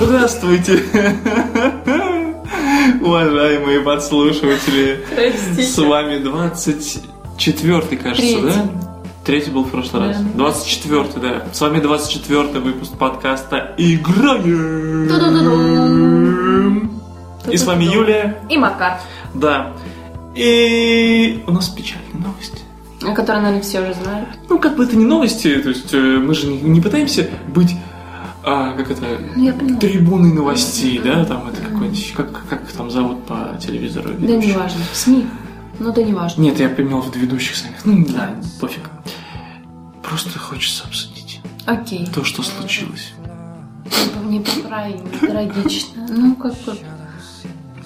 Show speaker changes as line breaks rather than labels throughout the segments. Здравствуйте! Уважаемые подслушиватели,
Простите.
с вами 24-й, кажется,
Третий.
да? Третий был в прошлый раз.
Да.
24-й, да. С вами 24-й выпуск подкаста «Играем».
Ту-ду-ду-дум.
И с вами Юлия.
И Макар,
Да. И у нас печальная новость.
о которой, наверное, все уже знают.
Ну, как бы это не новости, то есть э, мы же не, не пытаемся быть, а, как это,
Ну, я поняла.
трибуной новостей, да, там это какой-нибудь, как, как их там зовут по телевизору?
Да не
ведущих?
важно. СМИ. Ну да не важно.
Нет, я поменял в ведущих самих, ну, не ладно, пофиг. Просто хочется обсудить
Окей.
то, что случилось.
Неправильно, трагично. Ну как бы...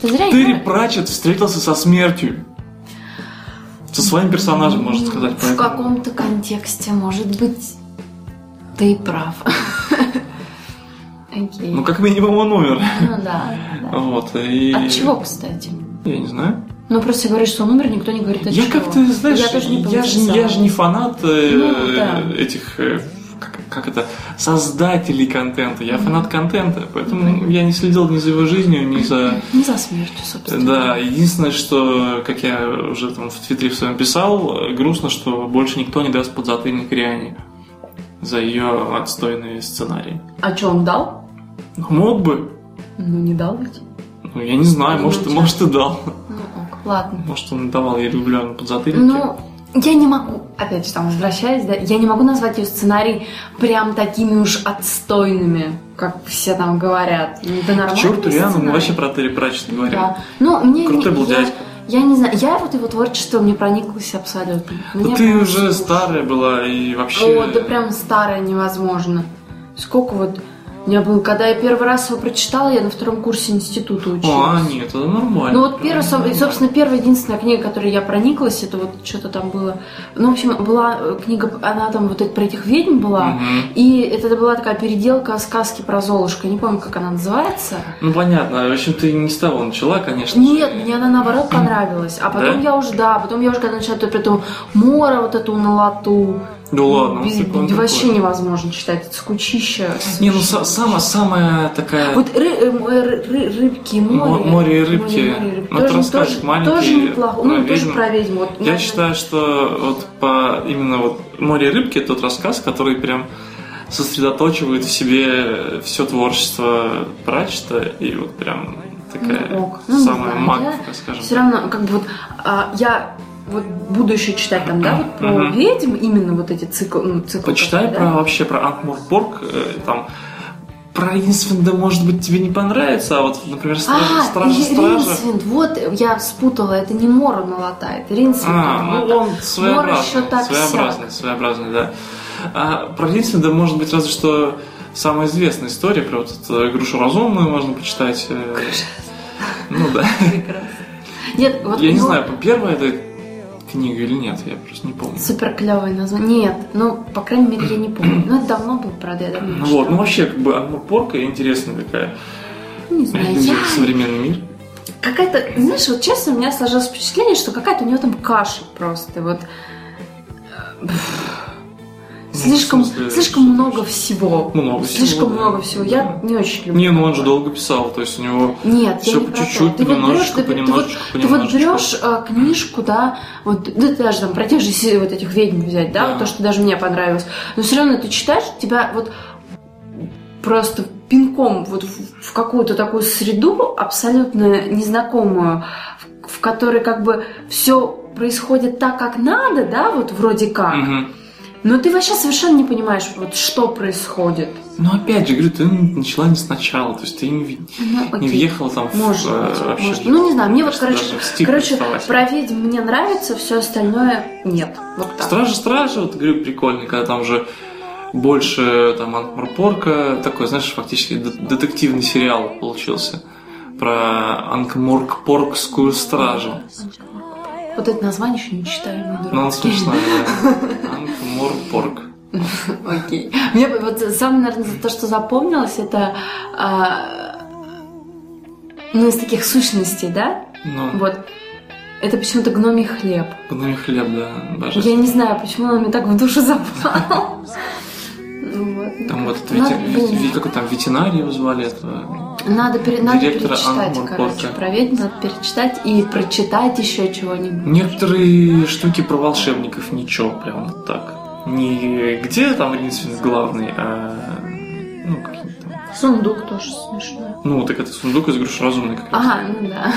Ты зря
Терри
играешь.
Пратчетт встретился со смертью. Со своим персонажем, можно сказать.
В
поэтому.
каком-то контексте, может быть, ты и прав. Окей.
Ну,
Ну
как минимум, он умер.
да. да.
Вот, и...
От чего, кстати?
Я не знаю.
Ну просто говоришь, что он умер, никто не говорит, от
я
чего.
как-то, знаешь, я,
Я тоже не
же, я же не фанат э,
Ну, да.
этих, э, как, как это, создателей контента. Я фанат контента, поэтому
Мгм.
я не следил ни за его жизнью, ни за... э,
Не Ну, за смертью, собственно.
Да, единственное, что, как я уже там в Твиттере в своем писал, э, грустно, что больше никто не даст подзатыльник Риане за ее отстойные сценарии.
А что, он дал?
Ну, мог бы.
Ну, не дал ведь.
Ну, я не знаю, может,
Ну,
может и дал.
Ну, ок, ладно.
Может, он давал ей регулярно подзатыльники.
Ну, я не могу, опять же, там возвращаясь, да, я не могу назвать ее сценарий прям такими уж отстойными, как все там говорят. Ну, Да
К
нормальный
черту, Риану, мы
сценарий.
вообще про Терри Пратчетт говорим.
Да. Ну, мне
Крутой был
я,
дядька.
я не знаю, я вот его творчество мне прониклась абсолютно.
Да
Мне
ты
прям
уже
очень
старая была и вообще...
О, да прям старое невозможно. Сколько вот у меня было, когда я первый раз его прочитала, я на втором курсе института
А,
училась.
нет, это нормально.
Ну вот
Прям
первая, соб-
нормально.
собственно, первая единственная книга, которой я прониклась, это вот что-то там было. Ну, в общем, была э, книга, она там вот эта про этих ведьм была.
Мгм.
И это была такая переделка сказки про Золушку. Я не помню, как она называется.
Ну понятно, в общем, ты не с того начала, конечно.
Нет,
же.
мне она наоборот понравилась. А потом
Да?
я уже, да, потом я уже когда начала то притом Мора вот эту на лату.
Да ладно,
Без-
он такой, он
вообще
такой.
невозможно читать. Это скучище.
Не, ну са- сама, самая такая...
Вот ры- э, м- э, ры- ры- рыбки,
Мо-
море.
море и рыбки.
море и рыбки.
Ну, ты расскажешь маленький
тоже неплохо.
про
Ну, тоже
ведьм.
про ведьму. Вот,
Я
наверное,
считаю, что вот по именно вот «Море и рыбки» тот рассказ, который прям сосредоточивает в себе все творчество Пратчета и вот прям такая
Ну, ок. Ну, не
самая
знаю,
маковка, скажем
Все
так.
равно, как бы вот а, я вот буду еще читать там, да, вот про
Мгм.
ведьм, именно вот эти циклы. Ну, циклы
Почитай
которые,
про
да.
вообще про Анкморпорг, э, там про Ринсвинда, может быть, тебе не понравится, а вот, например, Стражи
А,
Стражи.
и
Стражи.
Ринсвинд, вот я спутала, это не Мора налатает, Ринсвинд.
А,
это вот
ну он
еще
своеобразный,
так
своеобразный, своеобразный, да. А про Ринсвинда, может быть, разве что самая известная история про вот эту грушу разумную можно почитать. э, Ну да.
прекрасно. Нет, вот
Я не
ну,
знаю, первая это книга или нет, я просто не помню.
Супер клевое название. Нет, ну, по крайней мере, я не помню. Но это давно было, правда, я давно не
Ну вот, ну
читала.
вообще, как бы Анкморпорка интересная такая.
Не знаю, я
Современный мир. Ну,
какая-то, знаешь, вот честно, у меня сложилось впечатление, что какая-то у него там каша просто, вот. Э, пф.
Ну, в
Слишком,
смысле,
слишком
что
много
значит?
всего.
Много всего,
Слишком
да.
много всего. Я не очень люблю.
Не, ну он же
такое.
долго писал, то есть у него
Нет,
все
я не
по
про то.
чуть-чуть,
А Ты вот
понемножечку,
берешь, ты- ты вот-
понемножечку,
Ты вот
понемножечку.
берешь э, книжку, да, вот да, даже там про тех же си- вот этих ведьм взять, да,
Да.
вот то, что даже мне понравилось, но все равно ты читаешь, тебя вот просто пинком вот в, в какую-то такую среду абсолютно незнакомую, в, в которой как бы все происходит так, как надо, да, вот вроде как,
Мгм.
но ты вообще совершенно не понимаешь, вот что происходит.
Но Ну, опять же, говорю, ты начала не сначала, то есть ты не, ви-
Ну,
не
окей.
въехала там в,
Может
э,
быть,
вообще.
может. Ну, не знаю, мне вот,
Просто
короче,
даже в стиль
Короче,
переставать.
про ведьм мне нравится, все остальное нет. Вот так.
Стражи, стражи, вот говорю, прикольно, когда там уже больше там Анкморпорка, такой, знаешь, фактически де- детективный сериал получился про Анкморпоркскую стражу.
Вот это название еще не читаю. мой друг.
Ну, он смешной, да. Анкморпорк.
Окей. Мне бы вот самое, наверное, то, что запомнилось, это а, ну, из таких сущностей, да?
Ну,
Вот. Это почему-то гномий хлеб.
гной хлеб, да, боже.
Я не знаю, почему он мне так в душу запал. Ну, вот.
Там вот этот
Надо
ветер-
было.
ви- как он там ветеринарий его звали, это
Надо, пере- надо
Директора
перечитать,
Анмор
короче,
Порта.
проверить, надо перечитать и прочитать еще чего-нибудь.
Некоторые штуки про волшебников ничего, прям вот так. Не где там Ринсвинд главный, а ну, какие-то там.
Сундук тоже смешно.
Ну, так это сундук из груш разумный как раз.
Ага, ну да.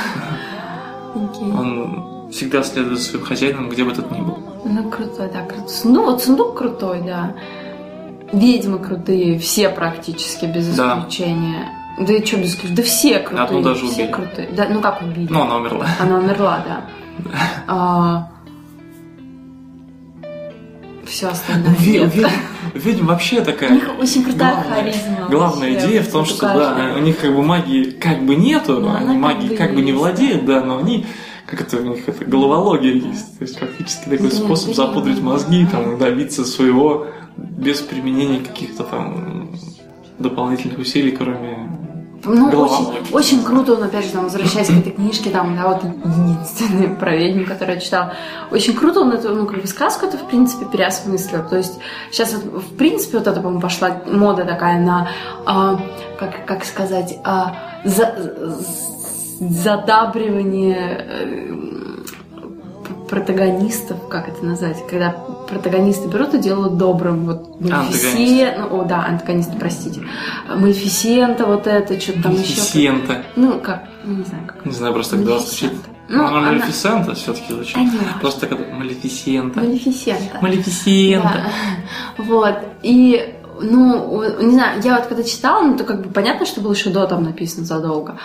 А.
Окей.
Он всегда следует своим хозяинам, где бы этот ни был.
Ну, крутой, да, крутой. Ну, вот сундук крутой, да. Ведьмы крутые, все практически, без
Да.
исключения. Да и что без исключения? Да все крутые.
Одну даже
все
убили.
крутые. Да, ну как убили?
Но она умерла.
Она умерла, да. А, Все остальное.
Ве-
нет.
ве- Ведьм вообще
У
такая.
них очень крутая
Главная-
харизма.
Главная
вообще,
идея в том,
вот у
что
каждой.
да, у них как бы магии как бы нету,
Но она
они магии
как бы
как бы не
есть,
владеют, да, но они как это у них это головология есть. То есть фактически такой
Да,
способ
да.
запудрить мозги, там, добиться своего без применения каких-то там дополнительных усилий, кроме
Ну,
Головоломки.
очень, очень круто, он, опять же, там, возвращаясь к этой книжке, там, да, вот единственный про ведьму, которую я читала. Очень круто он эту, ну, как бы сказку это, в принципе, переосмыслил. То есть сейчас, вот, в принципе, вот это, по-моему, пошла мода такая на, а, как, как сказать, а, за- з- задабривание э, п- протагонистов, как это назвать, когда протагонисты берут и делают добрым, вот, Малефисия, ну, о, да, антагонисты, простите, Малефисента, вот это, что-то там еще.
эффициента.
Ну, как, ну, не знаю, как.
Не знаю, просто когда звучит.
Малефисента.
Ну,
Ну,
она
она-
Малефисента все-таки
А,
звучит.
не важно.
Просто когда Малефисента.
Малефисента.
Малефисента.
Да. Вот. И, ну, у- не знаю, я вот когда читала, ну, то как бы понятно, что было еще до там написано задолго.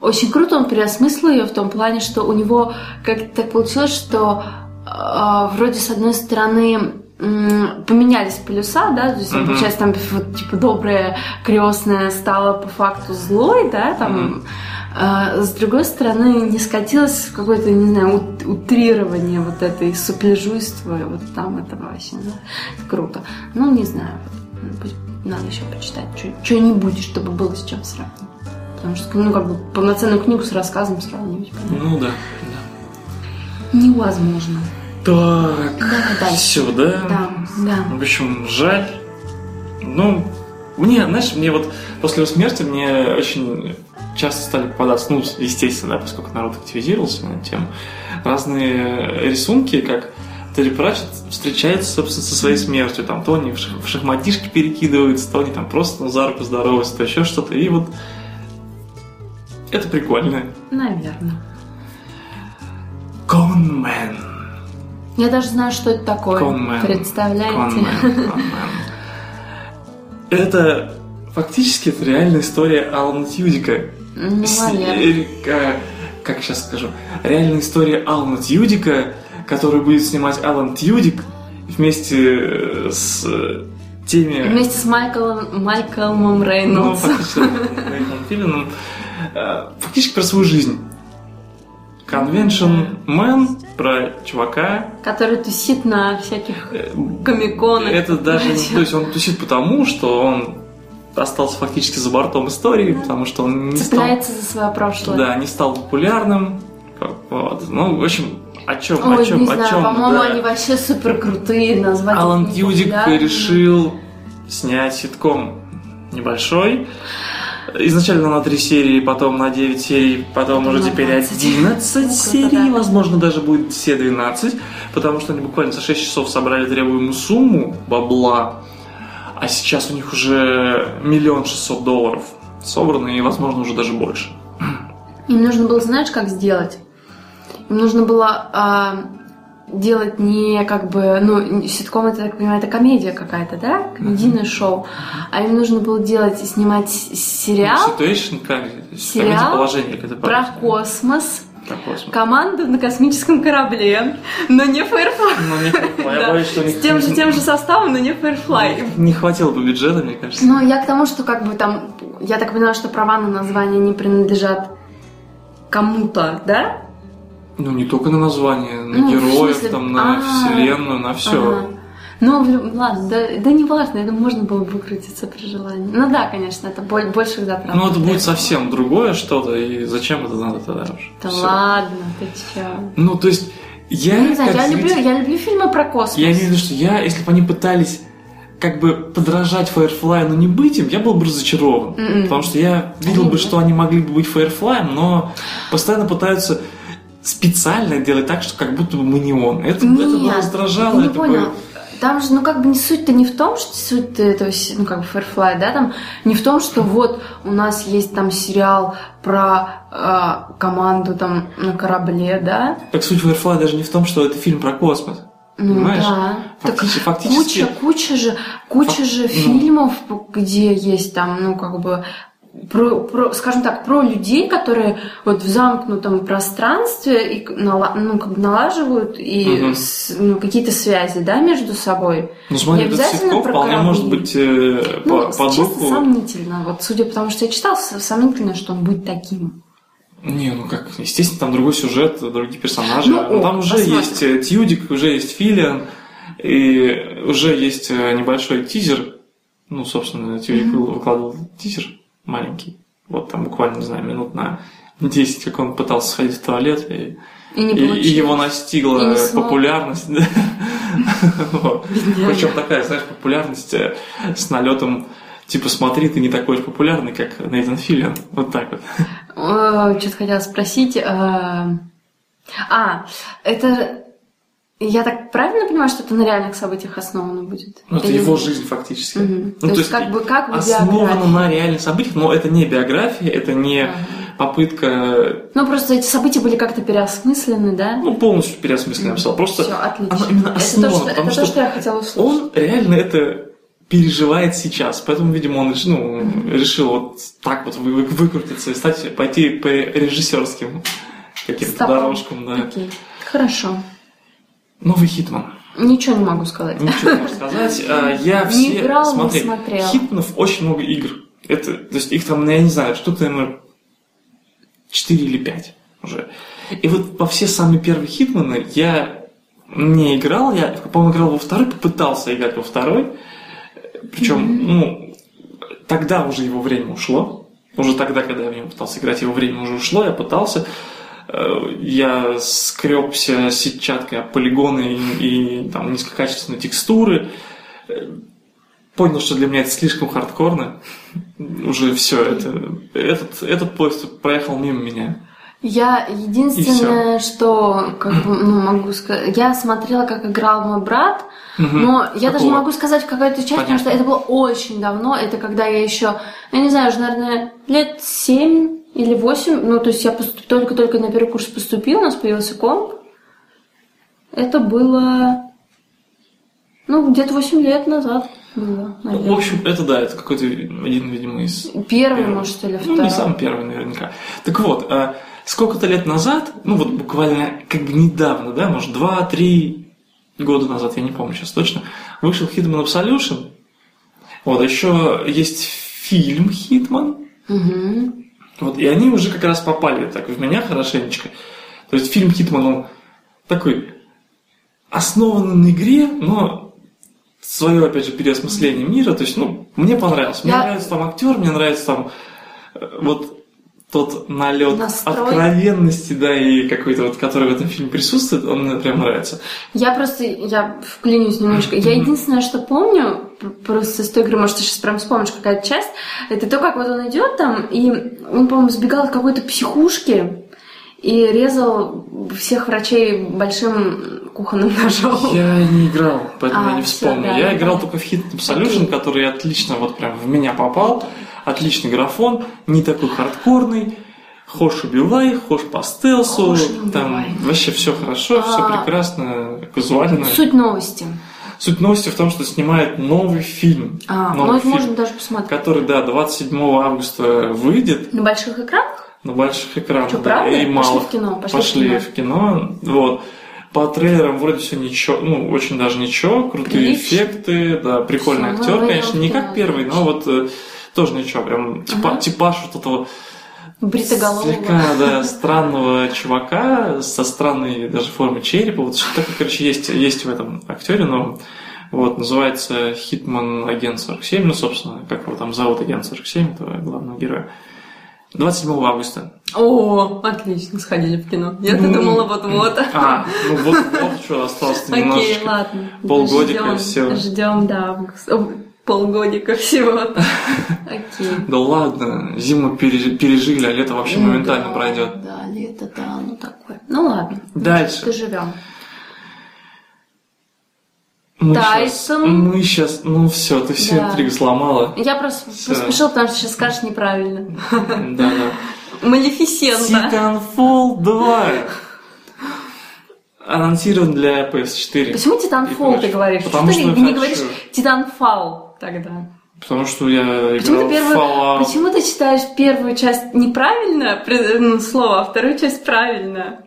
Очень круто он переосмыслил ее в том плане, что у него как-то так получилось, что э, вроде с одной стороны м, поменялись полюса, да, то есть
Мгм.
получается там вот, типа добрая крестная стала по факту злой, да, там. а, с другой стороны, не скатилась в какое-то, не знаю, ут- утрирование вот этой супляжуйства, и вот там это вообще ну, круто. Ну, не знаю, может быть, надо еще почитать что-нибудь, чтобы было с чем сравнить. Потому что, ну, как бы полноценную книгу с рассказом сравнивать понятно,
Ну да.
невозможно. Давай
Так,
дальше.
все, да?
Да, да.
В общем, жаль. Ну, мне, знаешь, мне вот после его смерти мне очень часто стали попадаться, ну, естественно, да, поскольку народ активизировался на эту тему, разные рисунки, как Терри Пратчетт встречается, собственно, со своей смертью. Там то они в, шах- в шахматишки перекидываются, то они там просто ну, за руку здороваются, то еще что-то. И вот это прикольно.
Наверное.
Конмен.
Я даже знаю, что это такое.
Конмен.
Представляете?
Конмен, конмен. Это фактически это реальная история Алана Тьюдика.
Ну,
С-
наверное.
э, э, Как сейчас скажу? Реальная история Алана Тьюдика, которую будет снимать Алан Тьюдик вместе э, с э, теми...
Вместе с Майклом, Майклом
Ну,
Рейнольдсом.
фактически, Рэймондом Филином. ну, Э, Фактически про свою жизнь. Convention Man про чувака,
который тусит на всяких
э,
комиконах.
Это даже,
Знаете.
то есть он тусит потому, что он остался фактически за бортом истории, потому что он не стал,
Цепляется за свое прошлое.
да, не стал популярным. Вот. Ну, в общем, о чем, о
Ой,
чем,
не
о
знаю,
чем,
по-моему, они вообще супер крутые, назвать их
Алан
не
Тьюдик
популярно.
решил снять ситком небольшой. Изначально на три серии, потом на 9 серий, потом,
Потом
уже
на
теперь
12.
11
Ну, круто,
серий,
да.
возможно, даже будет все 12, потому что они буквально за 6 часов собрали требуемую сумму бабла, а сейчас у них уже миллион шестьсот долларов собрано и, возможно, уже даже больше.
Им нужно было, знаешь, как сделать? Им нужно было а, делать не как бы, ну, не- ситком, это, я так понимаю, это комедия какая-то, да? Комедийное шоу. А им нужно было делать, снимать с- сериал
Ну, Situation comedy, comedy
Сериал
положение, как это
про
по-русски.
космос,
Про космос.
команду на космическом корабле, но не Firefly.
Ну, не Firefly, я
Да.
боюсь, что у
С
них- Ну,
тем же, тем же составом, но не Firefly.
Не хватило бы бюджета, мне кажется.
Ну, я к тому, что как бы там, я так понимаю, что права на название не принадлежат кому-то, да?
Ну, не только на название, на
Ну, в
героев,
смысле,
там, на
а,
вселенную, на все.
Ага. Ну, в люб- ладно, да, да не важно, это можно было бы выкрутиться при желании. Ну да, конечно, это боль, больше заправ.
Ну, это будет совсем другое что-то, и зачем это надо тогда уж?
Да
Всё.
ладно, ты чё?
Ну, то есть, я...
Ну, не знаю,
как
я
зритель-
люблю, я люблю фильмы про космос.
Я имею в виду, что я, если бы они пытались как бы подражать Firefly, но не быть им, я был бы разочарован.
Мгм.
Потому что я видел бы,
Мгм.
что они могли бы быть Firefly, но постоянно пытаются специально делать так, что как будто бы мы не он. Это, это бы
Нет,
раздражало.
Не
это бы-
понял. Там же, ну, как бы не суть-то не в том, что суть этого, с- ну, как бы Firefly, да, там, не в том, что вот у нас есть там сериал про э, команду там на корабле, да?
Так суть Firefly даже не в том, что это фильм про космос.
Ну,
Понимаешь?
да. Так
Фактически, фактически
куча, куча же, куча же фильмов, где есть там, ну, как бы, про, про, скажем так, про людей, которые вот в замкнутом пространстве и к- нала- ну, как бы налаживают и
Мгм.
с- ну, какие-то связи, да, между собой.
Ну, смотри,
Не
этот
обязательно
Ситко
про
вполне
корабли.
может быть э,
Ну,
по, по
честно,
духу.
сомнительно. Вот, судя по тому, что я читал, с- сомнительно, что он будет таким.
Не, ну как, естественно, там другой сюжет, другие персонажи.
Ну,
Но
о,
там уже
посмотрим.
есть э, Тьюдик, уже есть Филиан, и уже есть э, небольшой тизер. Ну, собственно, Тьюдик был- выкладывал тизер маленький. Вот там буквально, не знаю, минут на 10, как он пытался сходить в туалет, и,
И не
и- и
получилось.
его настигла
И не смог.
популярность. да. Вот. Причем такая, знаешь, популярность э, с налетом типа смотри, ты не такой же популярный, как Нейтан Филлиан. Вот так вот.
Что-то Э, хотела спросить. э, А, это... Я так правильно понимаю, что это на реальных событиях основано будет?
Ну, это
Или-
его жизнь фактически.
Мгм.
Ну,
то, есть, как бы, как бы
основано
биография.
на реальных событиях, но это не биография, это не
Ага.
попытка,
Ну, просто эти события были как-то переосмыслены, да?
ну, полностью переосмысленно я написал. Просто
Все, отлично.
оно именно
это, то,
основано,
что, это
потому
то,
что
что я хотела услышать.
он реально это переживает сейчас, поэтому, видимо, он реш- ну, решил вот так вот вы- вы- выкрутиться и стать, пойти по режиссерским каким-то
Стопам.
дорожкам, да.
Окей. Хорошо.
Новый Хитман.
Ничего не могу сказать.
Ничего не могу сказать. А, Я
Не
все...
играла, не
смотри,
смотрела.
Хитманов очень много игр. Это, то есть их там, ну, я не знаю, что-то, наверное, 4 или 5 уже. И вот во все самые первые Хитманы я не играл. Я, по-моему, играл во второй, попытался играть во второй. Причем, ну, тогда уже его время ушло. Уже тогда, когда я в него пытался играть, его время уже ушло, я пытался. Э, Я скребся сетчаткой о полигоны и, и там низкокачественные текстуры. Э, Понял, что для меня это слишком хардкорно. Уже все, это, этот, этот поезд проехал мимо меня.
Я единственное, что как бы, ну, могу сказать, я смотрела, как играл мой брат, но я даже не
Какого?
могу сказать в какую-то часть, потому что
Понятно.
это было очень давно. Это когда я еще, я не знаю, уже, наверное, лет семь или восемь. Ну, то есть я поступ- только-только на первый курс поступила, у нас появился комп. Это было, ну, где-то восемь лет назад было,
Ну, В
наверное.
общем, это да, это какой-то один, видимо, из
Первый,
Первый.
может, или
Ну,
второй.
не самый первый, наверняка. Так вот, а, сколько-то лет назад, ну вот буквально как бы недавно, да, может, 2-3 года назад, я не помню сейчас точно, вышел Hitman Absolution. Вот, еще есть фильм Hitman.
Мгм.
Вот, и они уже как раз попали так в меня хорошенечко. То есть фильм Хитман, он такой основан на игре, но свое, опять же, переосмысление мира. То есть, ну, мне понравилось. Мне
Я-
нравится там актер, мне нравится там э, вот тот налет
Настрой.
откровенности, да, и какой-то вот, который в этом фильме присутствует, он мне прям нравится.
Я просто, я вклинюсь немножко. Я единственное, что помню, п- просто с той игры, может, ты сейчас прям вспомнишь какая-то часть, это то, как вот он идет там, и он, по-моему, сбегал от какой-то психушки и резал всех врачей большим кухонным ножом.
Я не играл, поэтому
А,
я не
всё,
вспомню.
да,
я
ну,
играл
понятно.
только в Hit Absolution, который отлично вот прям в меня попал. Отличный графон, не такой хардкорный. Хош убивай, хош по стелсу.
Хош не
там
убивай.
вообще все хорошо, все
А.
прекрасно, казуально. Суть...
Суть новости.
новости в том, что снимает новый фильм.
А,
новый
ну это
фильм,
можно даже посмотреть.
который, да, 27 августа выйдет
На больших экранах?
на больших экранах.
Что,
да,
правда?
И
Пошли
мало.
в кино, пошли в кино.
в кино. Вот. По трейлерам вроде все ничего, ну, очень даже ничего, крутые
Прилично.
эффекты, да, прикольный
Всё, мы
актер,
пойдём
конечно,
в
не
кино,
как первый, но вот э, тоже ничего, прям типа,
Ага.
типаж вот этого
Бритоголового.
слегка, да, странного чувака со странной даже формы черепа, вот что-то такое, короче, есть, есть в этом актере, но вот, называется Хитман Агент 47, ну, собственно, как его там зовут, Агент 47, этого главного героя. 27 августа.
О, отлично, сходили в кино. Я то
М.
думала, вот-вот.
А, ну вот, вот что осталось
Окей,
немножечко.
ладно.
Полгодика
Ждём,
и всё.
Ждем, да, август. О, Полгодика всего-то. Окей.
Да ладно, зиму пере- пережили, а лето вообще
Ну
моментально
да,
пройдет.
Да, лето, да, ну такое. Ну ладно,
Дальше.
доживем.
Мы
Тайсон.
щас- мы сейчас, ну все, ты всю
Да.
интригу сломала.
Я просто
Всё.
посмешила, потому что сейчас скажешь неправильно.
Да, да.
Малефисента.
Titanfall 2 анонсирован для PS4.
Почему
И
Титанфол
прочее.
ты говоришь?
Потому
Почему
что
ты не
хочу.
говоришь Титанфал тогда?
Потому что я
Почему
играл
ты,
в
первую,
Fallout.
почему ты читаешь первую часть неправильно при- ну, слово, а вторую часть правильно?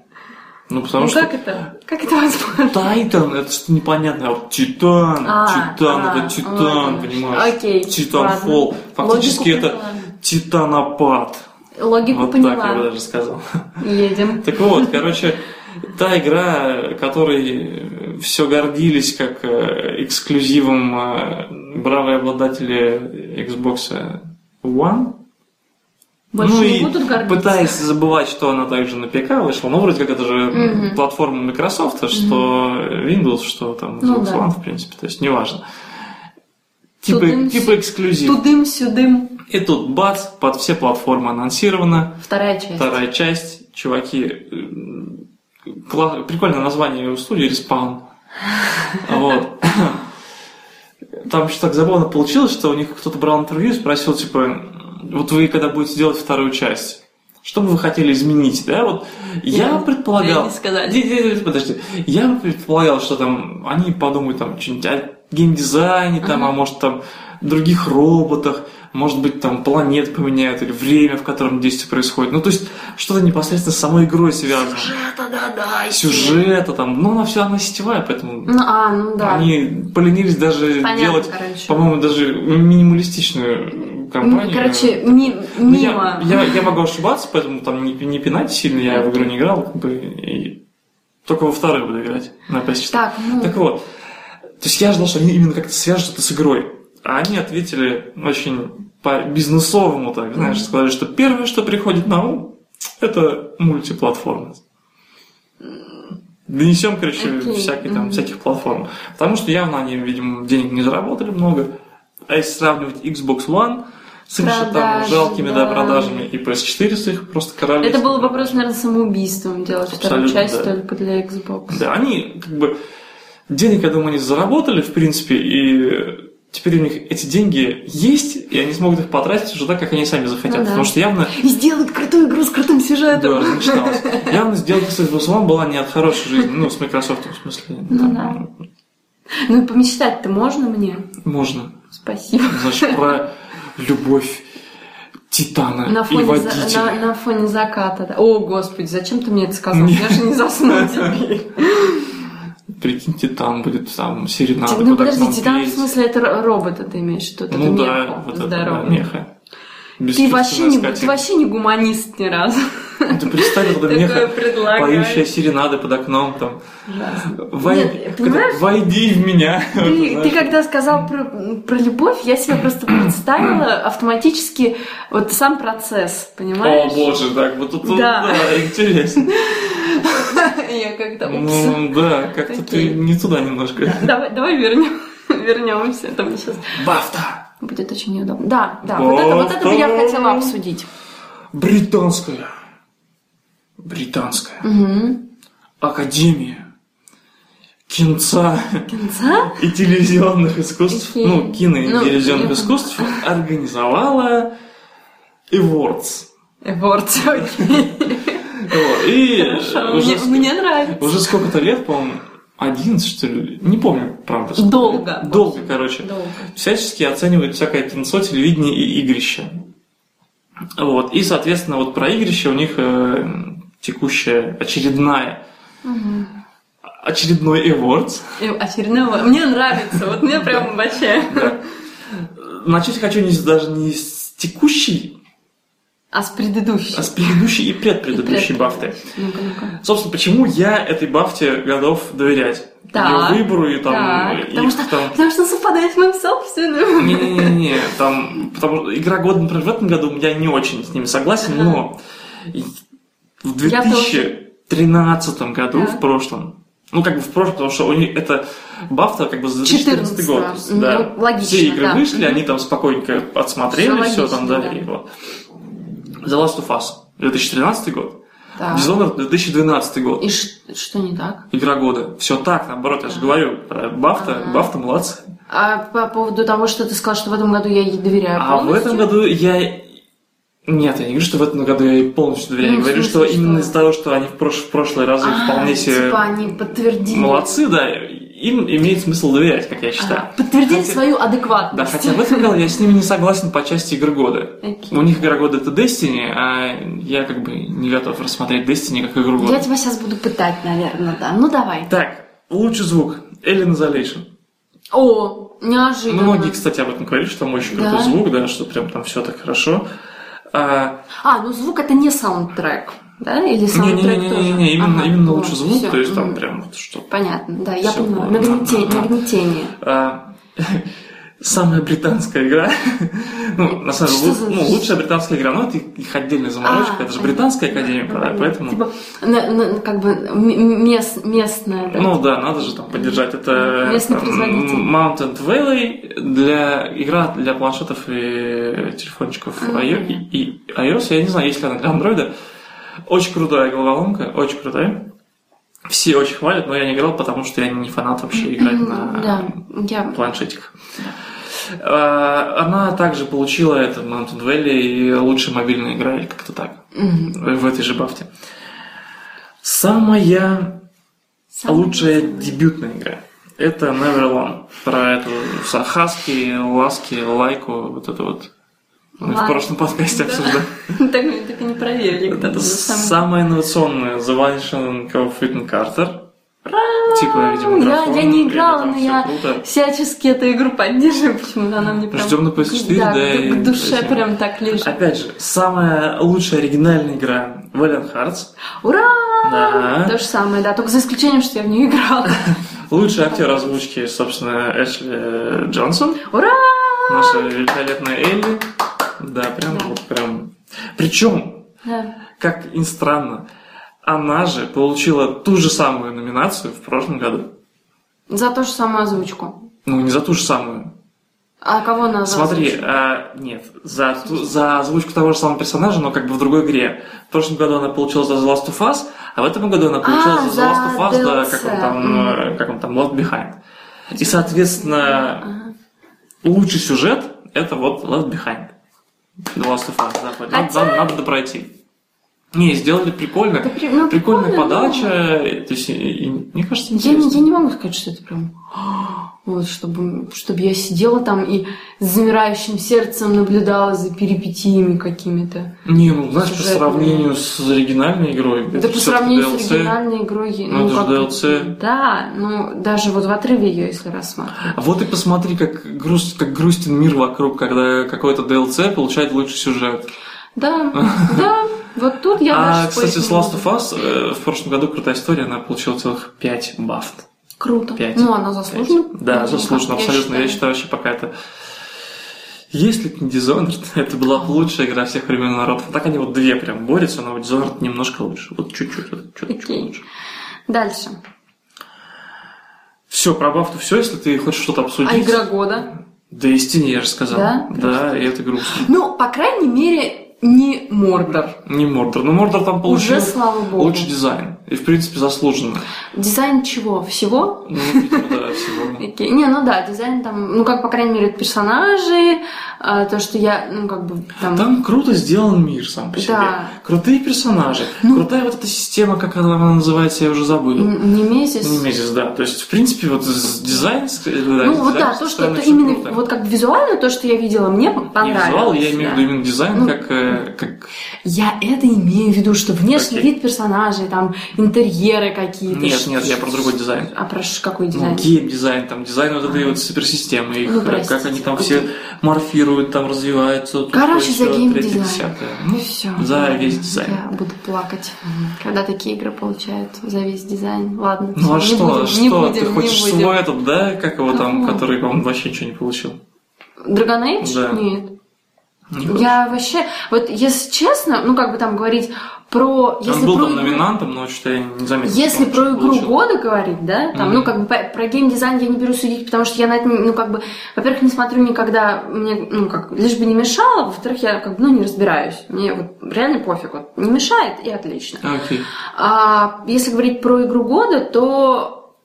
Ну, потому
ну
что
как это? Как это возможно?
Тайтан, это что-то непонятное. А вот Титан,
А,
Титан,
а,
это Титан,
ладно.
понимаешь?
Окей,
Титанфол.
ладно.
Фактически
Логику
это Титанопад.
Логику
Вот
поняла.
так я бы даже сказал.
Едем.
Так вот, короче, та игра, которой все гордились как э, эксклюзивом э, бравые обладатели Xbox One.
Больше
ну
не
и
будут гордиться.
пытаясь забывать, что она также на ПК вышла, ну вроде как это же
Мгм.
платформа Microsoft, а что Windows, что там
Ну
Xbox
да.
One, в принципе, то есть неважно.
Тут
Типа,
им
типа эксклюзив.
Тудым-сюдым.
И тут бац, под все платформы анонсировано.
Вторая часть.
Вторая часть, чуваки, м, кла- прикольное название у студии Respawn. Вот. Там еще так забавно получилось, что у них кто-то брал интервью и спросил, типа, вот вы когда будете делать вторую часть, что бы вы хотели изменить, да? Вот я
Да,
предполагал...
они сказали.
Ди- ди- ди- Подожди. Я предполагал, что там они подумают там что-нибудь о геймдизайне, там, а может там других роботах, может быть, там планет поменяют, или время, в котором действие происходит. Ну, то есть, что-то непосредственно с самой игрой связано.
Сюжета, да-да. и
Сюжета там, ну, она вся, она сетевая, поэтому
Ну, а, ну да.
они поленились даже
Понятно,
делать,
короче.
по-моему, даже минималистичную
Ну,
компанию.
короче, ми-
Ну,
мимо.
я, я, я могу ошибаться, поэтому там не, не пинать сильно, я в игру не играл, как бы, и только во вторую буду играть на PS4.
Так, ну,
Так вот, то есть я ждал, что они именно как-то свяжут это с игрой. А они ответили очень по-бизнесовому так, знаешь, сказали, что первое, что приходит на ум, это мультиплатформа. Донесем, короче,
Окей,
всякие, там, всяких платформ. Потому что явно они, видимо, денег не заработали много. А если сравнивать Xbox One с их же там
Продажи,
жалкими да.
да.
продажами и PS4 с их просто королем.
это было бы просто, наверное, самоубийством делать вторую
Абсолютно,
часть
да.
только для Xbox.
Да, они как бы денег, я думаю, они заработали, в принципе, и теперь у них эти деньги есть, и они смогут их потратить уже так, как они сами захотят.
Ну да.
Потому что явно
И сделать крутую игру с крутым
да,
сюжетом.
размечталось. Явно сделка с Xbox One была не от хорошей жизни, ну, с Microsoft, в смысле.
Ну
там,
да. Ну и помечтать-то можно мне?
Можно.
Спасибо.
Значит, про любовь Титана
На
и
фоне, за-
водителя.
на- на фоне заката. да. О, господи, зачем ты мне это сказал? Я же не засну теперь.
Прикинь, Титан будет там, серенада.
Ну
куда к нам
подожди, там в
приедет.
смысле это ро- робота ты имеешь в виду? это
Ну да,
меха
вот это да,
здоровая.
меха.
Ты вообще, не,
Бесчувственная
ты вообще не гуманист ни разу.
Ну, Ты представь, вот это
Такое
меха,
предлагаешь.
поющая серенады под окном, там,
Ужасно.
«Вой-
Нет,
как это,
понимаешь?
«Войди в меня». Вот,
Ты,
знаешь.
ты когда сказал про, про любовь, я себе просто представила автоматически вот сам процесс,
О,
понимаешь?
боже, так, вот тут,
Да.
да, интересно.
Я как-то... упс.
Ну, да, как-то ты
Такие.
не туда немножко.
Давай, давай вернем, вернемся. Это мне сейчас
Бафта!
будет очень неудобно. Да, да, вот это, вот это бы я
Здорово.
хотела обсудить.
Британская. Британская.
Мгм.
Академия. Кинца
Кинца?
и телевизионных искусств,
Окей.
ну, кино и
Ну,
телевизионных
я
искусств организовала Awards.
Вот, окей.
Вот, И
Хорошо,
уже
мне-
с-
мне нравится.
Уже сколько-то лет, по-моему, 11, что ли, не помню, правда. сколько
Долго.
лет. Долго, короче.
Долго.
Всячески оценивают всякое кинцо, телевидение и игрище. Вот. И, соответственно, вот про игрище у них э, текущая очередная очередной awards.
И очередного. Мне нравится, вот мне прям вообще.
Да. Начать хочу не, с- даже не с текущей,
А с
а
предыдущей?
с предыдущей и предпредыдущей
И
бафты.
предыдущей. Ну-ка, ну-ка.
Собственно, почему я этой бафте готов доверять?
Да.
ее выбору и там...
Так,
и
потому, что,
там-
потому что он совпадает с моим собственным.
Не-не-не, там, потому что игра года, например, в этом году я не очень с ними согласен,
Ага.
но и в
Я тоже.
2013 году,
Да.
в прошлом, ну как бы в прошлом, потому что у них это Бафта как бы за 2014 год.
14-го.
то есть, да.
Ну, логично,
Все игры
да.
вышли,
Мгм.
они там спокойненько отсмотрели,
Всё
все, там
логично,
дали
да.
его. The Last of Us 2013 год,
Так.
Dishonored 2012 год.
И ш- что не так?
Игра года. Все так, наоборот, я же говорю, про Бафта,
А. Ага.
Бафта молодцы.
А по поводу того, что ты сказал, что в этом году я ей доверяю
А в
полностью?
этом году я... Нет, я не говорю, что в этом году я ей полностью доверяю.
Ну,
я
в
говорю, что,
смысле,
именно
что?
из-за того, что они в, прош... в прошлые разы
А,
вполне себе
Типа они подтвердили.
молодцы, да, им имеет смысл доверять, как я считаю.
Ага, Подтвердили
Хотя-
свою
Да,
адекватность.
хотя Ну, в этом году я с ними не согласен по части игр года.
Окей.
У них игра года это Destiny, а я как бы не готов рассмотреть Destiny как игру года.
Я тебя сейчас буду пытать, наверное, да. Ну давай.
Так, лучший звук. Alien Isolation.
О, неожиданно.
Ну, Многие, кстати, об этом говорили, что там очень крутой
Да.
звук, да, что прям там все так хорошо. А,
А, ну звук это не саундтрек, да? Или саундтрек тоже?
Не-не-не, именно,
Ага,
именно
вот,
лучше звук,
всё,
то есть там
мгм.
прям вот что.
Понятно, да, я
Всё
понимаю.
было.
Нагнетение,
Ага.
нагнетение.
А, Самая британская игра. Ну, на самом деле,
Что за-
лу- ну, лучшая британская игра, но это их отдельная заморочка,
А,
это же
понятно.
британская академия,
Да,
да, поэтому.
Типа, на- на- как бы м- м- мест, местная, да.
Ну да, надо же там поддержать. Это
Местный
м,
производитель.
Mountain Valley для игра для планшетов и телефончиков
Мгм.
iO- и и iOS. Я не знаю, есть ли она для Android. Очень крутая головоломка, очень крутая. Все очень хвалят, но я не играл, потому что я не фанат вообще играть на
Да, я...
планшетиках. А, Она также получила это Mountain Valley и лучшая мобильная игра, или как-то так,
Мгм.
в этой же бафте. Самая А
Сам-
лучшая дебютная игра. Это Neverland. Про эту са- хаски, ласки, лайку, вот это вот. Мы в
Лайк.
прошлом подкасте
Да.
обсуждали.
Так мы так и не проверили. кто
Это
был самый-
самая инновационная The Vanishing of Ethan Carter. Типа, видимо,
Я-
графон,
я не
или
играла,
там
но
всё
я-
круто.
Всячески эту игру поддерживаю, почему-то она мне прям...
Ждем на PS4,
да,
да,
к-
и-
к душе
этим.
прям так лежит.
Опять же, самая лучшая оригинальная игра Valiant Hearts.
Ура!
Да.
То же самое, да, только за исключением, что я в нее играла.
Лучший актер озвучки, собственно, Эшли Джонсон.
Ура!
Наша великолепная Элли. Да, прям,
Да.
вот прям. Причем,
Да.
как ни странно, она же получила ту же самую номинацию в прошлом году.
За ту же самую озвучку.
Ну, не за ту же самую.
А кого она за
Смотри,
озвучку?
а, нет, за, ту- за озвучку того же самого персонажа, но как бы в другой игре. В прошлом году она получила за The Last of Us, а в этом году она получила
А,
за The Last of Us,
за
да,
DLC,
как он там, э, как он там, Left Behind. И, соответственно,
Ага.
лучший сюжет — это вот Left Behind. The Last of Us, да, вот. Нам-
Хотя-
нам надо допройти. Не, сделали прикольно.
Да при- ну,
Прикольная
прикольно, да.
подача, э, то есть, и- и- мне кажется,
Я не, я
интересно.
не могу сказать, что это прям... Вот, чтобы, чтобы я сидела там и с замирающим сердцем наблюдала за перипетиями какими-то.
Не, ну, знаешь, по
Сюжетная.
сравнению с оригинальной игрой,
ну. Да
это
по
всё-таки
сравнению с
DLC.
оригинальной игрой...
Ну, это же
как-
DLC.
Да, ну, даже вот в отрыве ее, если рассматривать.
А Вот и посмотри, как, груст, как грустен мир вокруг, когда какой-то DLC получает лучший сюжет.
Да, да, вот тут я
а,
даже
кстати, с
спорить не
Last
буду.
of Us э, в прошлом году крутая история, она получила целых 5 бафт.
Круто.
Пять.
Ну, она
Пять.
заслужена.
Да, заслуженно,
Ну, Я
абсолютно. Я
считаю.
считаю, вообще пока это... Если бы не Dishonored, это была бы лучшая игра всех времен и народов. А так они вот две прям борются, но вот Dishonored немножко лучше. Вот чуть-чуть, вот чуть-чуть
Окей.
лучше.
Дальше.
Все, про бафту все, если ты хочешь что-то обсудить.
А игра года?
Да, истине, я же сказал.
Да?
Да, и это грустно.
Ну, по крайней мере, не Мордор.
Не Мордор. Но Мордор там получил...
Уже, слава богу.
Лучший дизайн. И, в принципе, заслуженно.
Дизайн чего? Всего?
Ну, видимо, да, всего.
Окей. Не, ну да, дизайн там, ну как, по крайней мере, персонажи, а, то, что я, ну как бы там...
Там круто сделан мир сам по себе.
Да.
Крутые персонажи.
Ну-
Крутая вот эта система, как она она называется, я уже забыл.
н- не месяц.
Не месяц, да. То есть, в принципе, вот с- дизайн... с- да,
ну
дизайн
вот да,
со
то, что
стороны
это
всё
именно,
круто.
вот как бы визуально, то, что я видела, мне
Не
понравилось.
визуал, я имею в
да.
виду именно дизайн,
Ну,
как, э, как
Я это имею в виду, что внешний
Окей.
вид персонажей, там, интерьеры какие-то.
Нет, нет, я про другой дизайн.
А про ш- какой
Ну,
дизайн?
гейм-дизайн, там, дизайн вот этой
А.
вот суперсистемы, их,
Ну,
э, как
простите,
они там
окей.
все морфируют, там развиваются. тут
Короче,
кое-что,
за геймдизайн.
третье, десятое.
Ну
Ну,
все.
за весь дизайн.
Я буду плакать, когда такие игры получают за весь дизайн. Ладно.
Ну а
всё,
что,
не будем,
что,
не будем,
ты
не
хочешь
будем.
свой этот, да, как его там,
Кого?
который, по-моему, вообще ничего не получил?
Dragon Age?
Да.
Нет.
Не хочешь?
Я вообще, вот если честно, ну как бы там говорить про...
Он
Если
был
про
там
игру-
номинантом, но что-то я не заметил. что
Если
он
про
что-то
игру
получил.
года говорить, да, там,
Мгм.
ну, как бы по- про геймдизайн я не беру судить, потому что я на это, не- ну, как бы, во-первых, не смотрю никогда, мне, ну, как, лишь бы не мешало, во-вторых, я, как бы, ну, не разбираюсь, мне вот реально пофиг, вот, не мешает и отлично.
Окей.
А если говорить про игру года, то,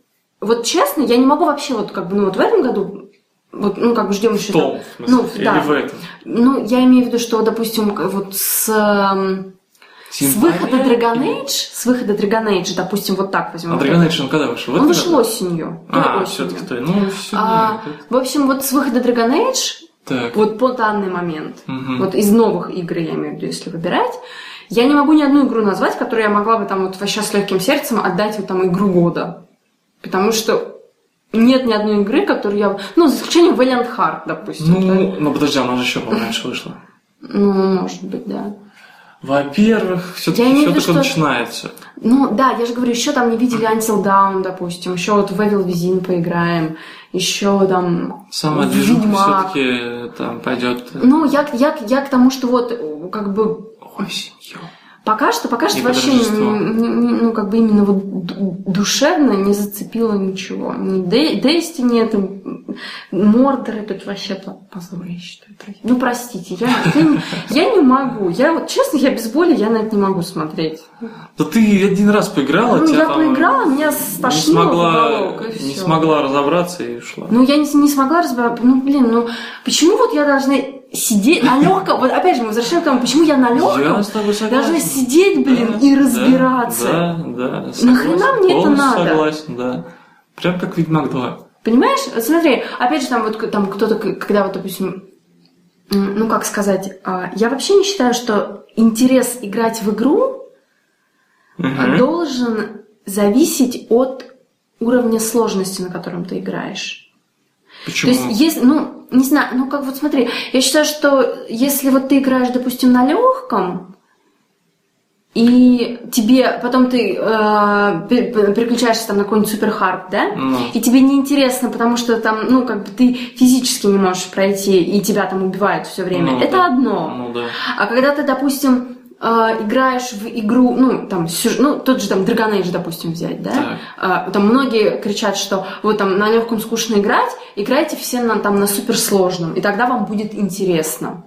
вот честно, я не могу вообще, вот, как бы, ну, вот в этом году, вот, ну, как бы ждем
В
еще там,
том, в смысле.
Ну,
Или
да.
в этом.
ну, я имею в виду, что, допустим, к- вот с, эм, с выхода
Симфония?
Dragon Age, с выхода Dragon Age, допустим, вот так возьмем.
А
вот
Dragon Age он когда вышел? В
он
этом
вышел
году?
осенью.
А,
Осенью.
все-таки ты. Ну, все.
А, В общем, вот с выхода Dragon Age,
Так.
вот по данный момент,
Мгм.
вот из новых игр, я имею в виду, если выбирать, я не могу ни одну игру назвать, которую я могла бы там вот вообще с легким сердцем отдать вот там игру года. Потому что нет ни одной игры, которую я... Ну, за исключением Valiant Heart, допустим. да.
Ну, ну подожди, она же еще раньше вышла.
Ну, может быть, да.
Во-первых, все-таки
Я имею в
все
виду,
только
что-
начинается.
Ну, да, я же говорю, еще там не видели Until Down, допустим, еще вот в Evil Within поиграем, еще там
Самая
Ведьмак.
движуха все-таки там пойдет
Ну, я, к- я, к- я к тому, что вот, э, как бы,
осенью.
пока что, пока что
Не под
вообще,
Рождество.
н- н- н- ну, как бы именно вот ду- душевно не зацепило ничего. Ни Дэ- Destiny, это м, Мордор, это вообще по- позор, я считаю. Про- Ну, простите, я, я, не, я не могу. Я вот, честно, я без боли, я на это не могу смотреть.
Да ты один раз поиграла,
Ну,
тебя
я
там
поиграла, меня
не
стошнило в
смогла,
уголок, и
не
всё.
смогла разобраться и ушла.
Ну, я не, с- не смогла разобраться. Ну, блин, ну, почему вот я должна сидеть на легком... Вот опять же, мы возвращаемся к тому, почему я на легком
я с тобой согласен.
должна сидеть, блин, и
Да,
разбираться.
Да, да, согласен.
Нахрена мне это
полностью
надо? А,
согласен, да. Прям как Ведьмак 2.
Понимаешь? Вот Смотри, опять же, там вот к- там кто-то, к- когда вот, допустим, м, ну, как сказать, а, я вообще не считаю, что интерес играть в игру
Мгм.
должен зависеть от уровня сложности, на котором ты играешь.
Почему?
То есть, если, ну, не знаю, ну как вот смотри, я считаю, что если вот ты играешь, допустим, на легком, и тебе потом ты э, пер- пер- переключаешься там на какой-нибудь суперхард, да?
Ну.
И тебе неинтересно, потому что там, ну, как бы ты физически не можешь пройти, и тебя там убивают все время.
Ну,
Это
да.
одно.
Ну да.
А когда ты, допустим, э, играешь в игру, ну, там, сюж- ну, тот же там Dragon Age, допустим, взять, да? Э, там многие кричат, что вот там на легком скучно играть, играйте все на, там на суперсложном, и тогда вам будет интересно.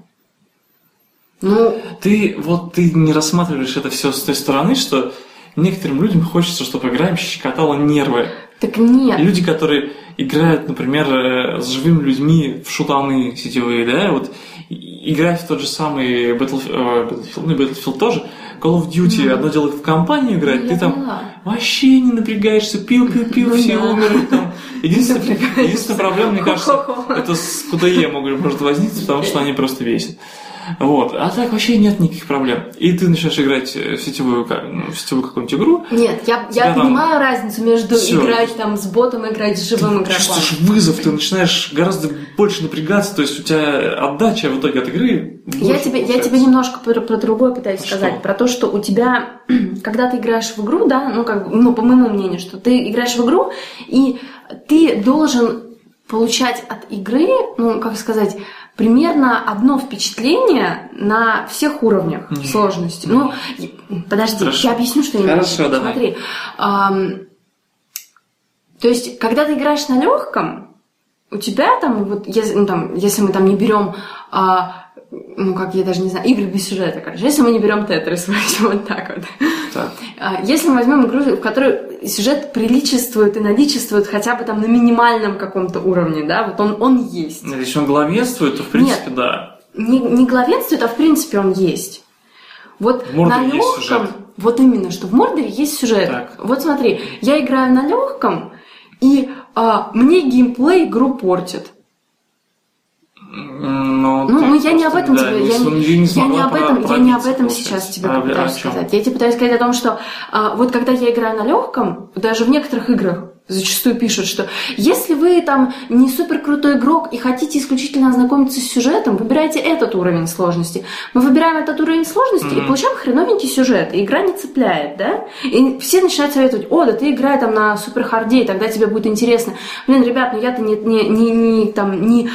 Ну,
Ты вот ты не рассматриваешь это все с той стороны, что некоторым людям хочется, чтобы игра им щекотала нервы.
так нет.
И Люди, которые играют, например, э, с живыми людьми в шутаны сетевые, да, вот и- играть в тот же самый Battlefield, э, Battlefield, ну, Battlefield тоже, Call of Duty, одно дело в компанию играть,
Ну,
ты
я
там
поняла.
вообще не напрягаешься, пил-пил-пил,
Ну
все
да.
умерли там. Единственная,
Напрягаешься.
единственная проблема, мне кажется,
Хо-хо-хо.
это с QTE могут- может возникнуть, потому что они просто весят. Вот. А так вообще нет никаких проблем. И ты начинаешь играть э, в сетевую, ка- ну, в сетевую какую-нибудь игру,
Нет, я,
Тебя
я
там-
понимаю разницу между
Всё.
играть там с ботом и играть с живым
ты
игроком.
чувствуешь вызов, ты начинаешь гораздо больше напрягаться, то есть у тебя отдача в итоге от игры
Я
больше
тебе, я
получается.
тебе немножко про, про другое пытаюсь
Что?
сказать. Про то, что у тебя, когда ты играешь в игру, да, ну, как, бы, ну, по моему мнению, что ты играешь в игру, и ты должен получать от игры, ну, как сказать, примерно одно впечатление на всех уровнях
Нет.
сложности. Ну, я- подожди,
Хорошо.
я объясню, что я имею в виду.
Хорошо, давай.
Смотри. ам, то есть, когда ты играешь на легком, у тебя там, вот, если, ну, там, если мы там не берем, а, ну, как я даже не знаю, игры без сюжета, короче, если мы не берем тетрис, возьмем вот так вот.
Так.
А, Если мы возьмем игру, в которой сюжет приличествует и наличествует хотя бы там на минимальном каком-то уровне, да, вот он, он есть.
Если он главенствует, то в принципе, да.
Не, не главенствует, а в принципе он есть. Вот
В Мордоре
на
есть
легком,
сюжет.
вот именно, что в Мордоре есть сюжет.
Так.
Вот смотри, я играю на легком, и а, мне геймплей игру портит.
Но
Ну,
ты
ну, я не об
просто,
этом
да,
тебе,
не
я не-
см-
Я не
смогла
об этом, я не об
пробиться,
этом
получается.
сейчас тебе
А,
попытаюсь
о чем?
сказать. Я тебе пытаюсь сказать о том, что а, вот когда я играю на легком, даже в некоторых играх зачастую пишут, что если вы там не супер крутой игрок и хотите исключительно ознакомиться с сюжетом, выбирайте этот уровень сложности. Мы выбираем этот уровень сложности и
Мгм.
получаем хреновенький сюжет. И игра не цепляет, да? И все начинают советовать, о, да ты играй там на супер харде, и тогда тебе будет интересно. Блин, ребят, ну я-то не, не, не, не, там, не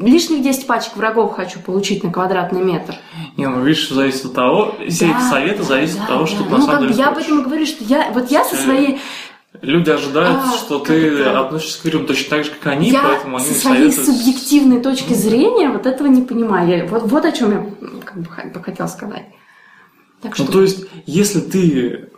лишних 10 пачек врагов хочу получить на квадратный метр.
Не, ну видишь, зависит от того, все
Да,
эти советы зависят
да,
от того,
да.
что ты
ну,
на самом
как бы
деле
я об
хочешь.
этом и говорю, что я, вот я со
Э,
своей,
Люди ожидают,
А,
что
как
ты
это?
относишься к людям точно так же, как они,
я
поэтому они
со своей
советуют.
субъективной точки зрения вот этого не понимаю. Я- вот, вот о чем я ну, как бы, х- бы хотела сказать. Так что,
Ну, то есть, если ты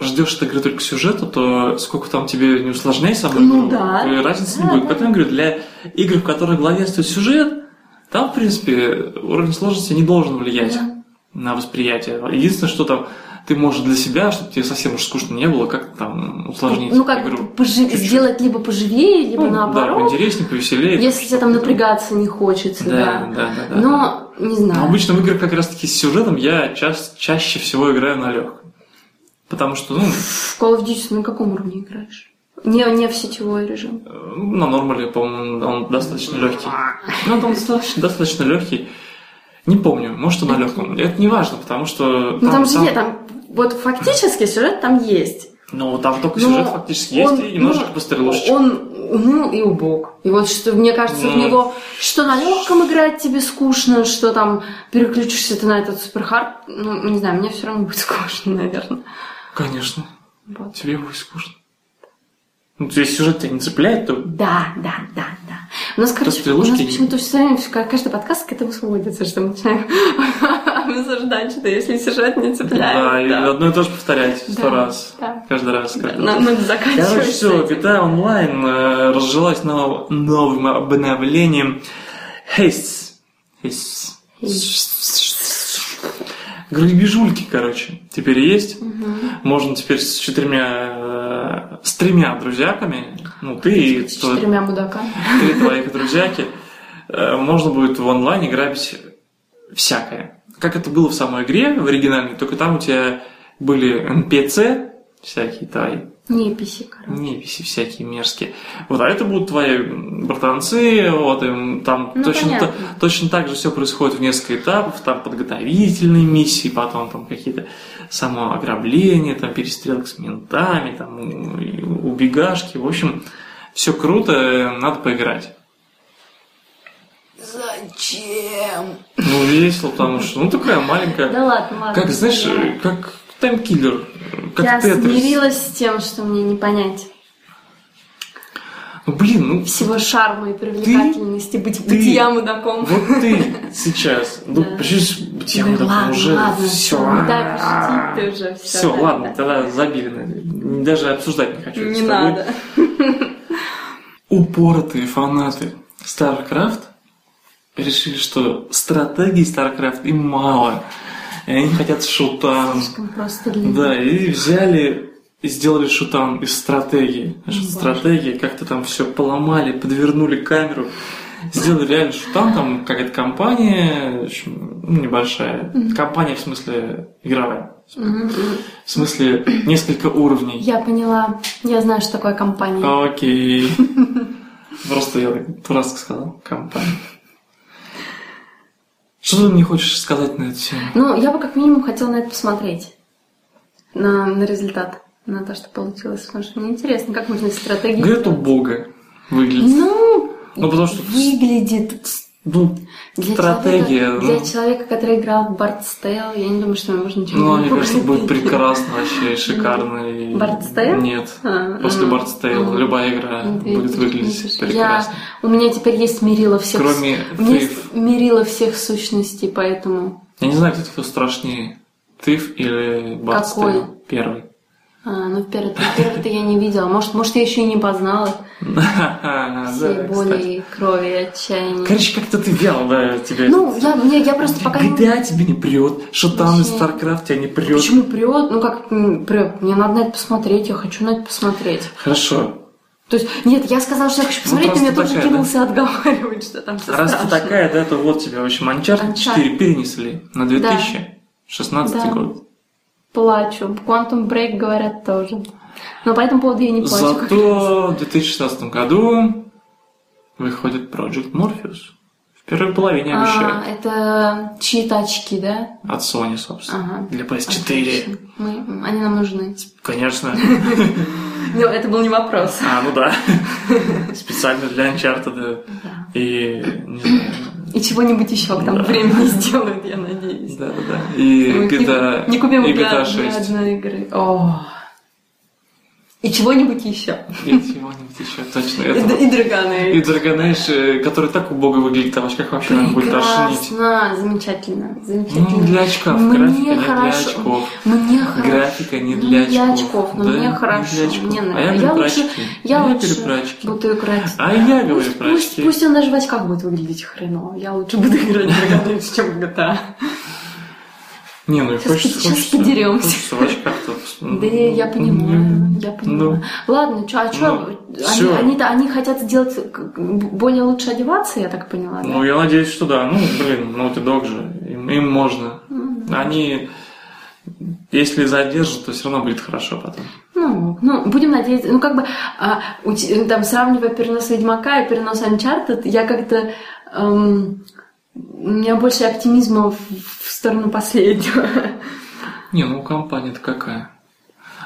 ждешь от игры только сюжета, то сколько там тебе не усложняй саму
Ну
игру,
да.
э, разницы не
Да,
будет.
да.
Поэтому я говорю, для игр, в которых главенствует сюжет, там, в принципе, уровень сложности не должен влиять
Да.
на восприятие. Единственное, что там ты можешь для себя, чтобы тебе совсем уж скучно не было, как там усложнить
ну как
игру.
бы пожи-
чуть-чуть.
сделать либо поживее, либо
Ну, да,
наоборот,
поинтереснее, повеселее.
если тебе там напрягаться не хочется,
Да, да,
да.
да. да.
Но, не
Но
знаю.
обычно в играх как раз-таки с сюжетом я ча- чаще всего играю на легком. Потому что, ну,
В Call of Duty ты на каком уровне играешь? Не, не в сетевой режим.
э, на нормале, по-моему, он достаточно легкий. Ну, он достаточно, достаточно легкий. Не помню, может, и на легком. Это не важно, потому что...
Ну там, же есть, там вот фактически сюжет там есть.
Ну, там только
Но
сюжет фактически есть,
он,
и немножечко
ну,
пострелушечек.
Он ну и убог. И вот что, мне кажется, в
Ну.
него что на легком играть тебе скучно, что там переключишься ты на этот суперхард. Ну, не знаю, мне все равно будет скучно, наверное.
Конечно,
Вот.
тебе будет скучно. Ну, если сюжет тебя не цепляет, то
Да, да, да, да. У нас, короче, у
Пострелушки
нас
не-
почему-то все время, всё- каждый подкаст к этому сводится, что мы начинаем обсуждать, что если сюжет не
да,
цепляет.
и одно и то же повторять сто
Да,
раз.
да.
Каждый раз.
Да,
каждый раз.
нам надо заканчивать.
Короче, все,
с этим.
GTA Online э, разжилась нов- новым обновлением Haste. Haste. Грабежульки, короче, теперь есть. Можно теперь с четырьмя, э, с тремя друзьяками, ну ты и
С
твой-
четырьмя мудаками.
три твоих друзьяки, э, можно будет в онлайне грабить всякое. Как это было в самой игре, в оригинальной, только там у тебя были NPC, всякие твои,
Неписи, короче.
Неписи всякие мерзкие. Вот, а это будут твои м, братанцы, вот, им там
Ну,
точно, та-
понятно.
точно так же все происходит в несколько этапов, там подготовительные миссии, потом там какие-то самоограбления, там перестрелка с ментами, там у- и убегашки, в общем, все круто, э, надо поиграть.
Зачем?
Ну, весело, потому что, ну, такая маленькая,
Да ладно, ладно.
как, знаешь,
я-
э, как таймкиллер,
Я
как Тетрис.
смирилась с тем, что мне не понять
Ну, блин, ну,
всего шарма и привлекательности быть,
ты-
бытия мудаком.
Вот ты сейчас, ну,
Да.
почему я
Да
вот так
ладно,
уже
ладно,
все.
всё, ну да, пошути ты уже, всё,
Все,
да,
ладно,
да.
тогда забили. на это. Даже обсуждать не хочу. это
Не
с тобой.
надо.
Упоротые фанаты StarCraft решили, что стратегии StarCraft им мало. И они хотят шутан.
Слишком просто для
Да, и взяли и сделали шутан из стратегии. Знаешь, вот Стратегия, как-то там все поломали, подвернули камеру. Сделали реально шутан, там какая-то компания, в общем, ну, небольшая. Компания, в смысле, игровая.
Мгм.
В смысле, несколько уровней.
Я поняла. Я знаю, что такое компания.
Окей. Просто я так дурацко сказал. Компания. Что ты мне хочешь сказать на эту тему?
Ну, я бы как минимум хотела на это посмотреть. На, на результат. На то, что получилось. Потому что мне интересно, как можно из стратегии...
Говорят,
сделать.
убого выглядит.
Ну,
Ну, потому что-
выглядит
Ну,
Для
Стратегия,
Человека, Для
ну.
человека, который играл в Бардстейл, я не думаю, что ему можно ничего
Ну,
не
мне кажется, будет
купить.
прекрасно вообще, и шикарно. и-
Бардстейл?
Нет.
А,
После
м,
Бардстейла
м.
любая игра
Ну, ты
будет
видишь,
выглядеть
видишь.
прекрасно.
Я, у меня теперь есть мерила всех...
Кроме
У меня
Thief.
есть мерила всех сущностей, поэтому...
Я не знаю, кто кто страшнее, Тыф или Бардстейл.
Какой?
Первый.
А, ну, первый, первый-то я не видела. Может, может, я еще и не познала
А, Да,
всей боли
кстати.
и крови и отчаяния.
Короче, как-то ты вял, да, тебе...
Ну, я, мне, я просто пока не...
GTA тебе не прет, Шатан из
Вообще.
StarCraft тебя не прет.
Почему прет? Ну, как м, прет? Мне надо на это посмотреть, я хочу на это посмотреть.
Хорошо.
То есть, нет, я сказала, что я хочу посмотреть, ты
Ну, просто
меня тут же
такая,
кинулся отговаривать, что там все
Раз ты
страшно.
такая, да, то вот тебе вообще Манчарт 4 перенесли на 2016
Да.
год.
Плачу. Quantum Break говорят тоже. Но по этому поводу я не плачу. как раз.
Зато в 2016 году выходит Project Morpheus. В первой половине
А,
обещают.
это чьи-то очки, да?
От Sony, собственно.
Ага.
Для PS4.
Отлично. Мы, м, они нам нужны.
Конечно.
Ну, это был не вопрос.
А, ну да. Специально для Uncharted.
Да.
И, не знаю,
И чего-нибудь еще к тому
Да.
времени сделают, я надеюсь.
да, да, да. И
Мы Ну, не-
GTA,
не купим
и
для-
GTA
для
6.
одной игры. О. И чего-нибудь еще.
И чего-нибудь еще, точно.
И,
Это
д-
вот-
и Dragon
И
Age.
Dragon Age, э, который так убого выглядит, а в очках вообще наверное, будет тошнить.
Прекрасно, замечательно,
Ну,
замечательно.
не для очков,
Мне
графика не для
хорошо.
очков.
Мне хорошо.
Графика не
Ну,
для очков.
для очков, но
Да,
мне
не
хорошо,
для очков.
мне
а я,
нравится. Я
говорю про
лучше-
очки.
Я
я
лучше
говорю про очки.
буду играть.
А я говорю
пусть,
про
пусть,
очки.
пусть он даже в очках будет выглядеть хреново. Я лучше буду играть в Dragon Age, чем в GTA.
Не, ну и
Сейчас
хочется,
пи- сейчас
хочется,
подерёмся.
хочется в очках-то.
Да я,
ну,
я понимаю, ну, я понимаю. Ладно, чё, а что? они,
всё.
они-то- они хотят сделать к- к- более лучше одеваться, я так поняла, да?
Ну, я надеюсь, что да. Ну, блин, ну ты дог же. Им, им можно.
Ну,
Они, если задержат, то все равно будет хорошо потом.
Ну, ну, будем надеяться. Ну, как бы, а, у те- там, сравнивая перенос Ведьмака и перенос Uncharted, я как-то... эм, у меня больше оптимизма в, в сторону последнего.
Не, ну компания-то какая.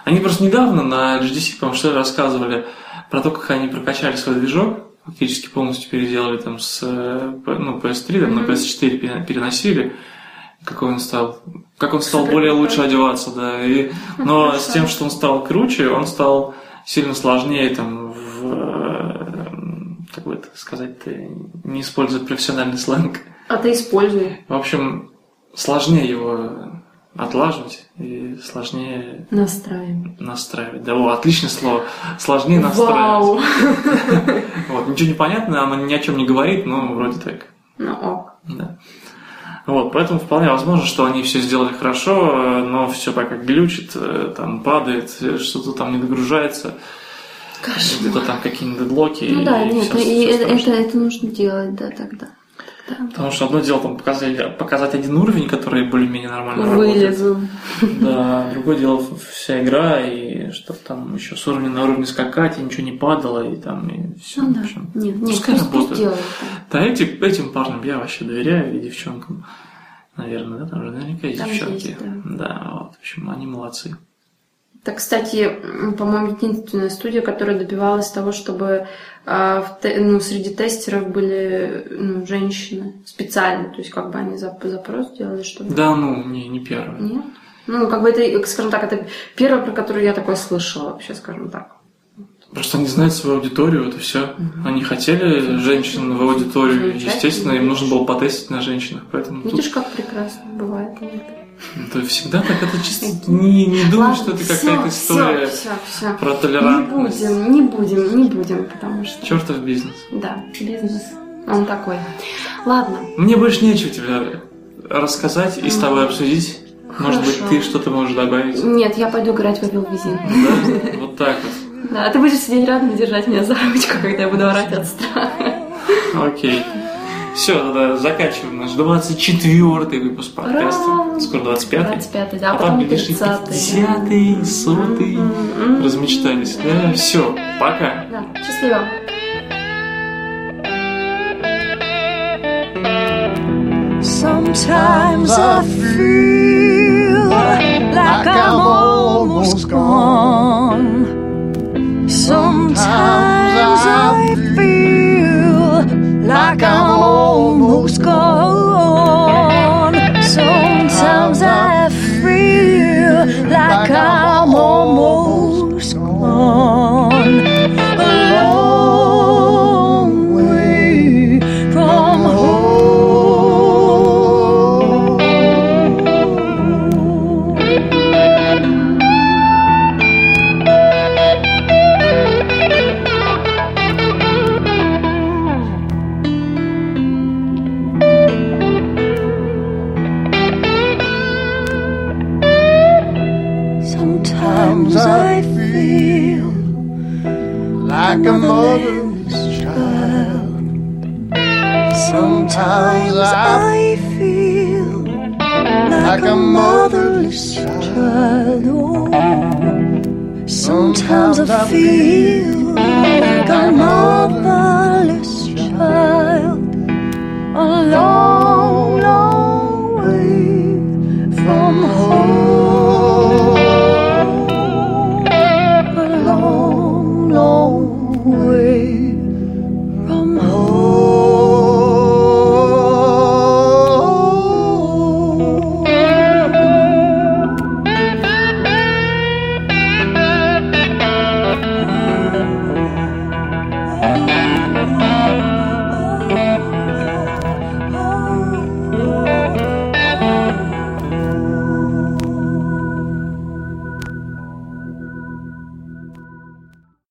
Они просто недавно на GDC, по-моему, что ли, рассказывали про то, как они прокачали свой движок, фактически полностью переделали там с э, П- ну, PS3, там, на PS4 пере- переносили, какой он стал, как он стал
Супер
более
крутой.
лучше одеваться, да. И, но с тем, что он стал круче, он стал сильно сложнее там в э, как бы это сказать-то, не используя профессиональный сленг.
А ты используй.
В общем, сложнее его отлаживать и сложнее
Настраивай.
настраивать. Да, о, отличное слово. Сложнее настраивать.
Вау!
Вот, ничего не понятно, она ни о чем не говорит, но вроде так.
Ну, ок.
Да. Вот, поэтому вполне возможно, что они все сделали хорошо, э, но все пока глючит, э, там падает, э, что-то там не догружается, где-то там какие-нибудь дедлоки.
Ну да, нет,
всё-
и
всё
это,
страшно.
это, это нужно делать, да, тогда. Тогда
Потому что одно дело там показать, показать один уровень, который более-менее нормально работает.
Вылезу.
Да, другое дело вся игра, и чтобы там еще с уровня на уровень скакать, и ничего не падало, и там и все.
Ну да. Нет, нет,
Пускай
пусть, пусть
работает.
делают.
Да, эти, этим парням я вообще доверяю, и девчонкам, наверное, да, там же наверняка есть
Там
девчонки.
есть, да.
вот, в общем, они молодцы.
Так, кстати, м, по-моему, единственная студия, которая добивалась того, чтобы а, в те- ну, среди тестеров были ну, женщины специально, то есть как бы они зап- запрос делали, чтобы...
Да, ну, не, не первый.
Нет? Ну, как бы это, скажем так, это первое, про которое я такое слышала вообще, скажем так.
Просто они знают свою аудиторию, это все. Они хотели женщин в аудиторию,
Замечательно.
естественно, им нужно было потестить на женщинах, поэтому Ну, тут
Видишь, как прекрасно бывает. иногда.
это всегда так, это чисто не, не думаю, что это
всё,
какая-то
всё,
история
всё, всё.
про
Не
толерантность.
будем, не будем, не будем, потому что...
Чертов бизнес.
Да, бизнес, он такой. Ладно,
Мне больше нечего тебе рассказать и с тобой обсудить. Может быть,
Хорошо.
ты что-то можешь добавить.
нет, я пойду играть в Визин.
Да? Вот так вот.
Да, ты будешь сидеть рядом и держать меня за ручку, когда я буду орать от страха.
Окей. Все, тогда заканчиваем наш 24-й выпуск подкаста.
Ура!
Скоро 25-й.
25 да,
А там, глядишь, и
30
50-й, 100-й. Размечтались. Да, все, пока.
Да, счастливо.
Sometimes I feel like I'm almost gone. Sometimes I feel like I'm almost gone. Sometimes I feel like I'm almost gone. A long way from home.
I feel like a motherless child. Oh, sometimes I feel like a motherless child alone.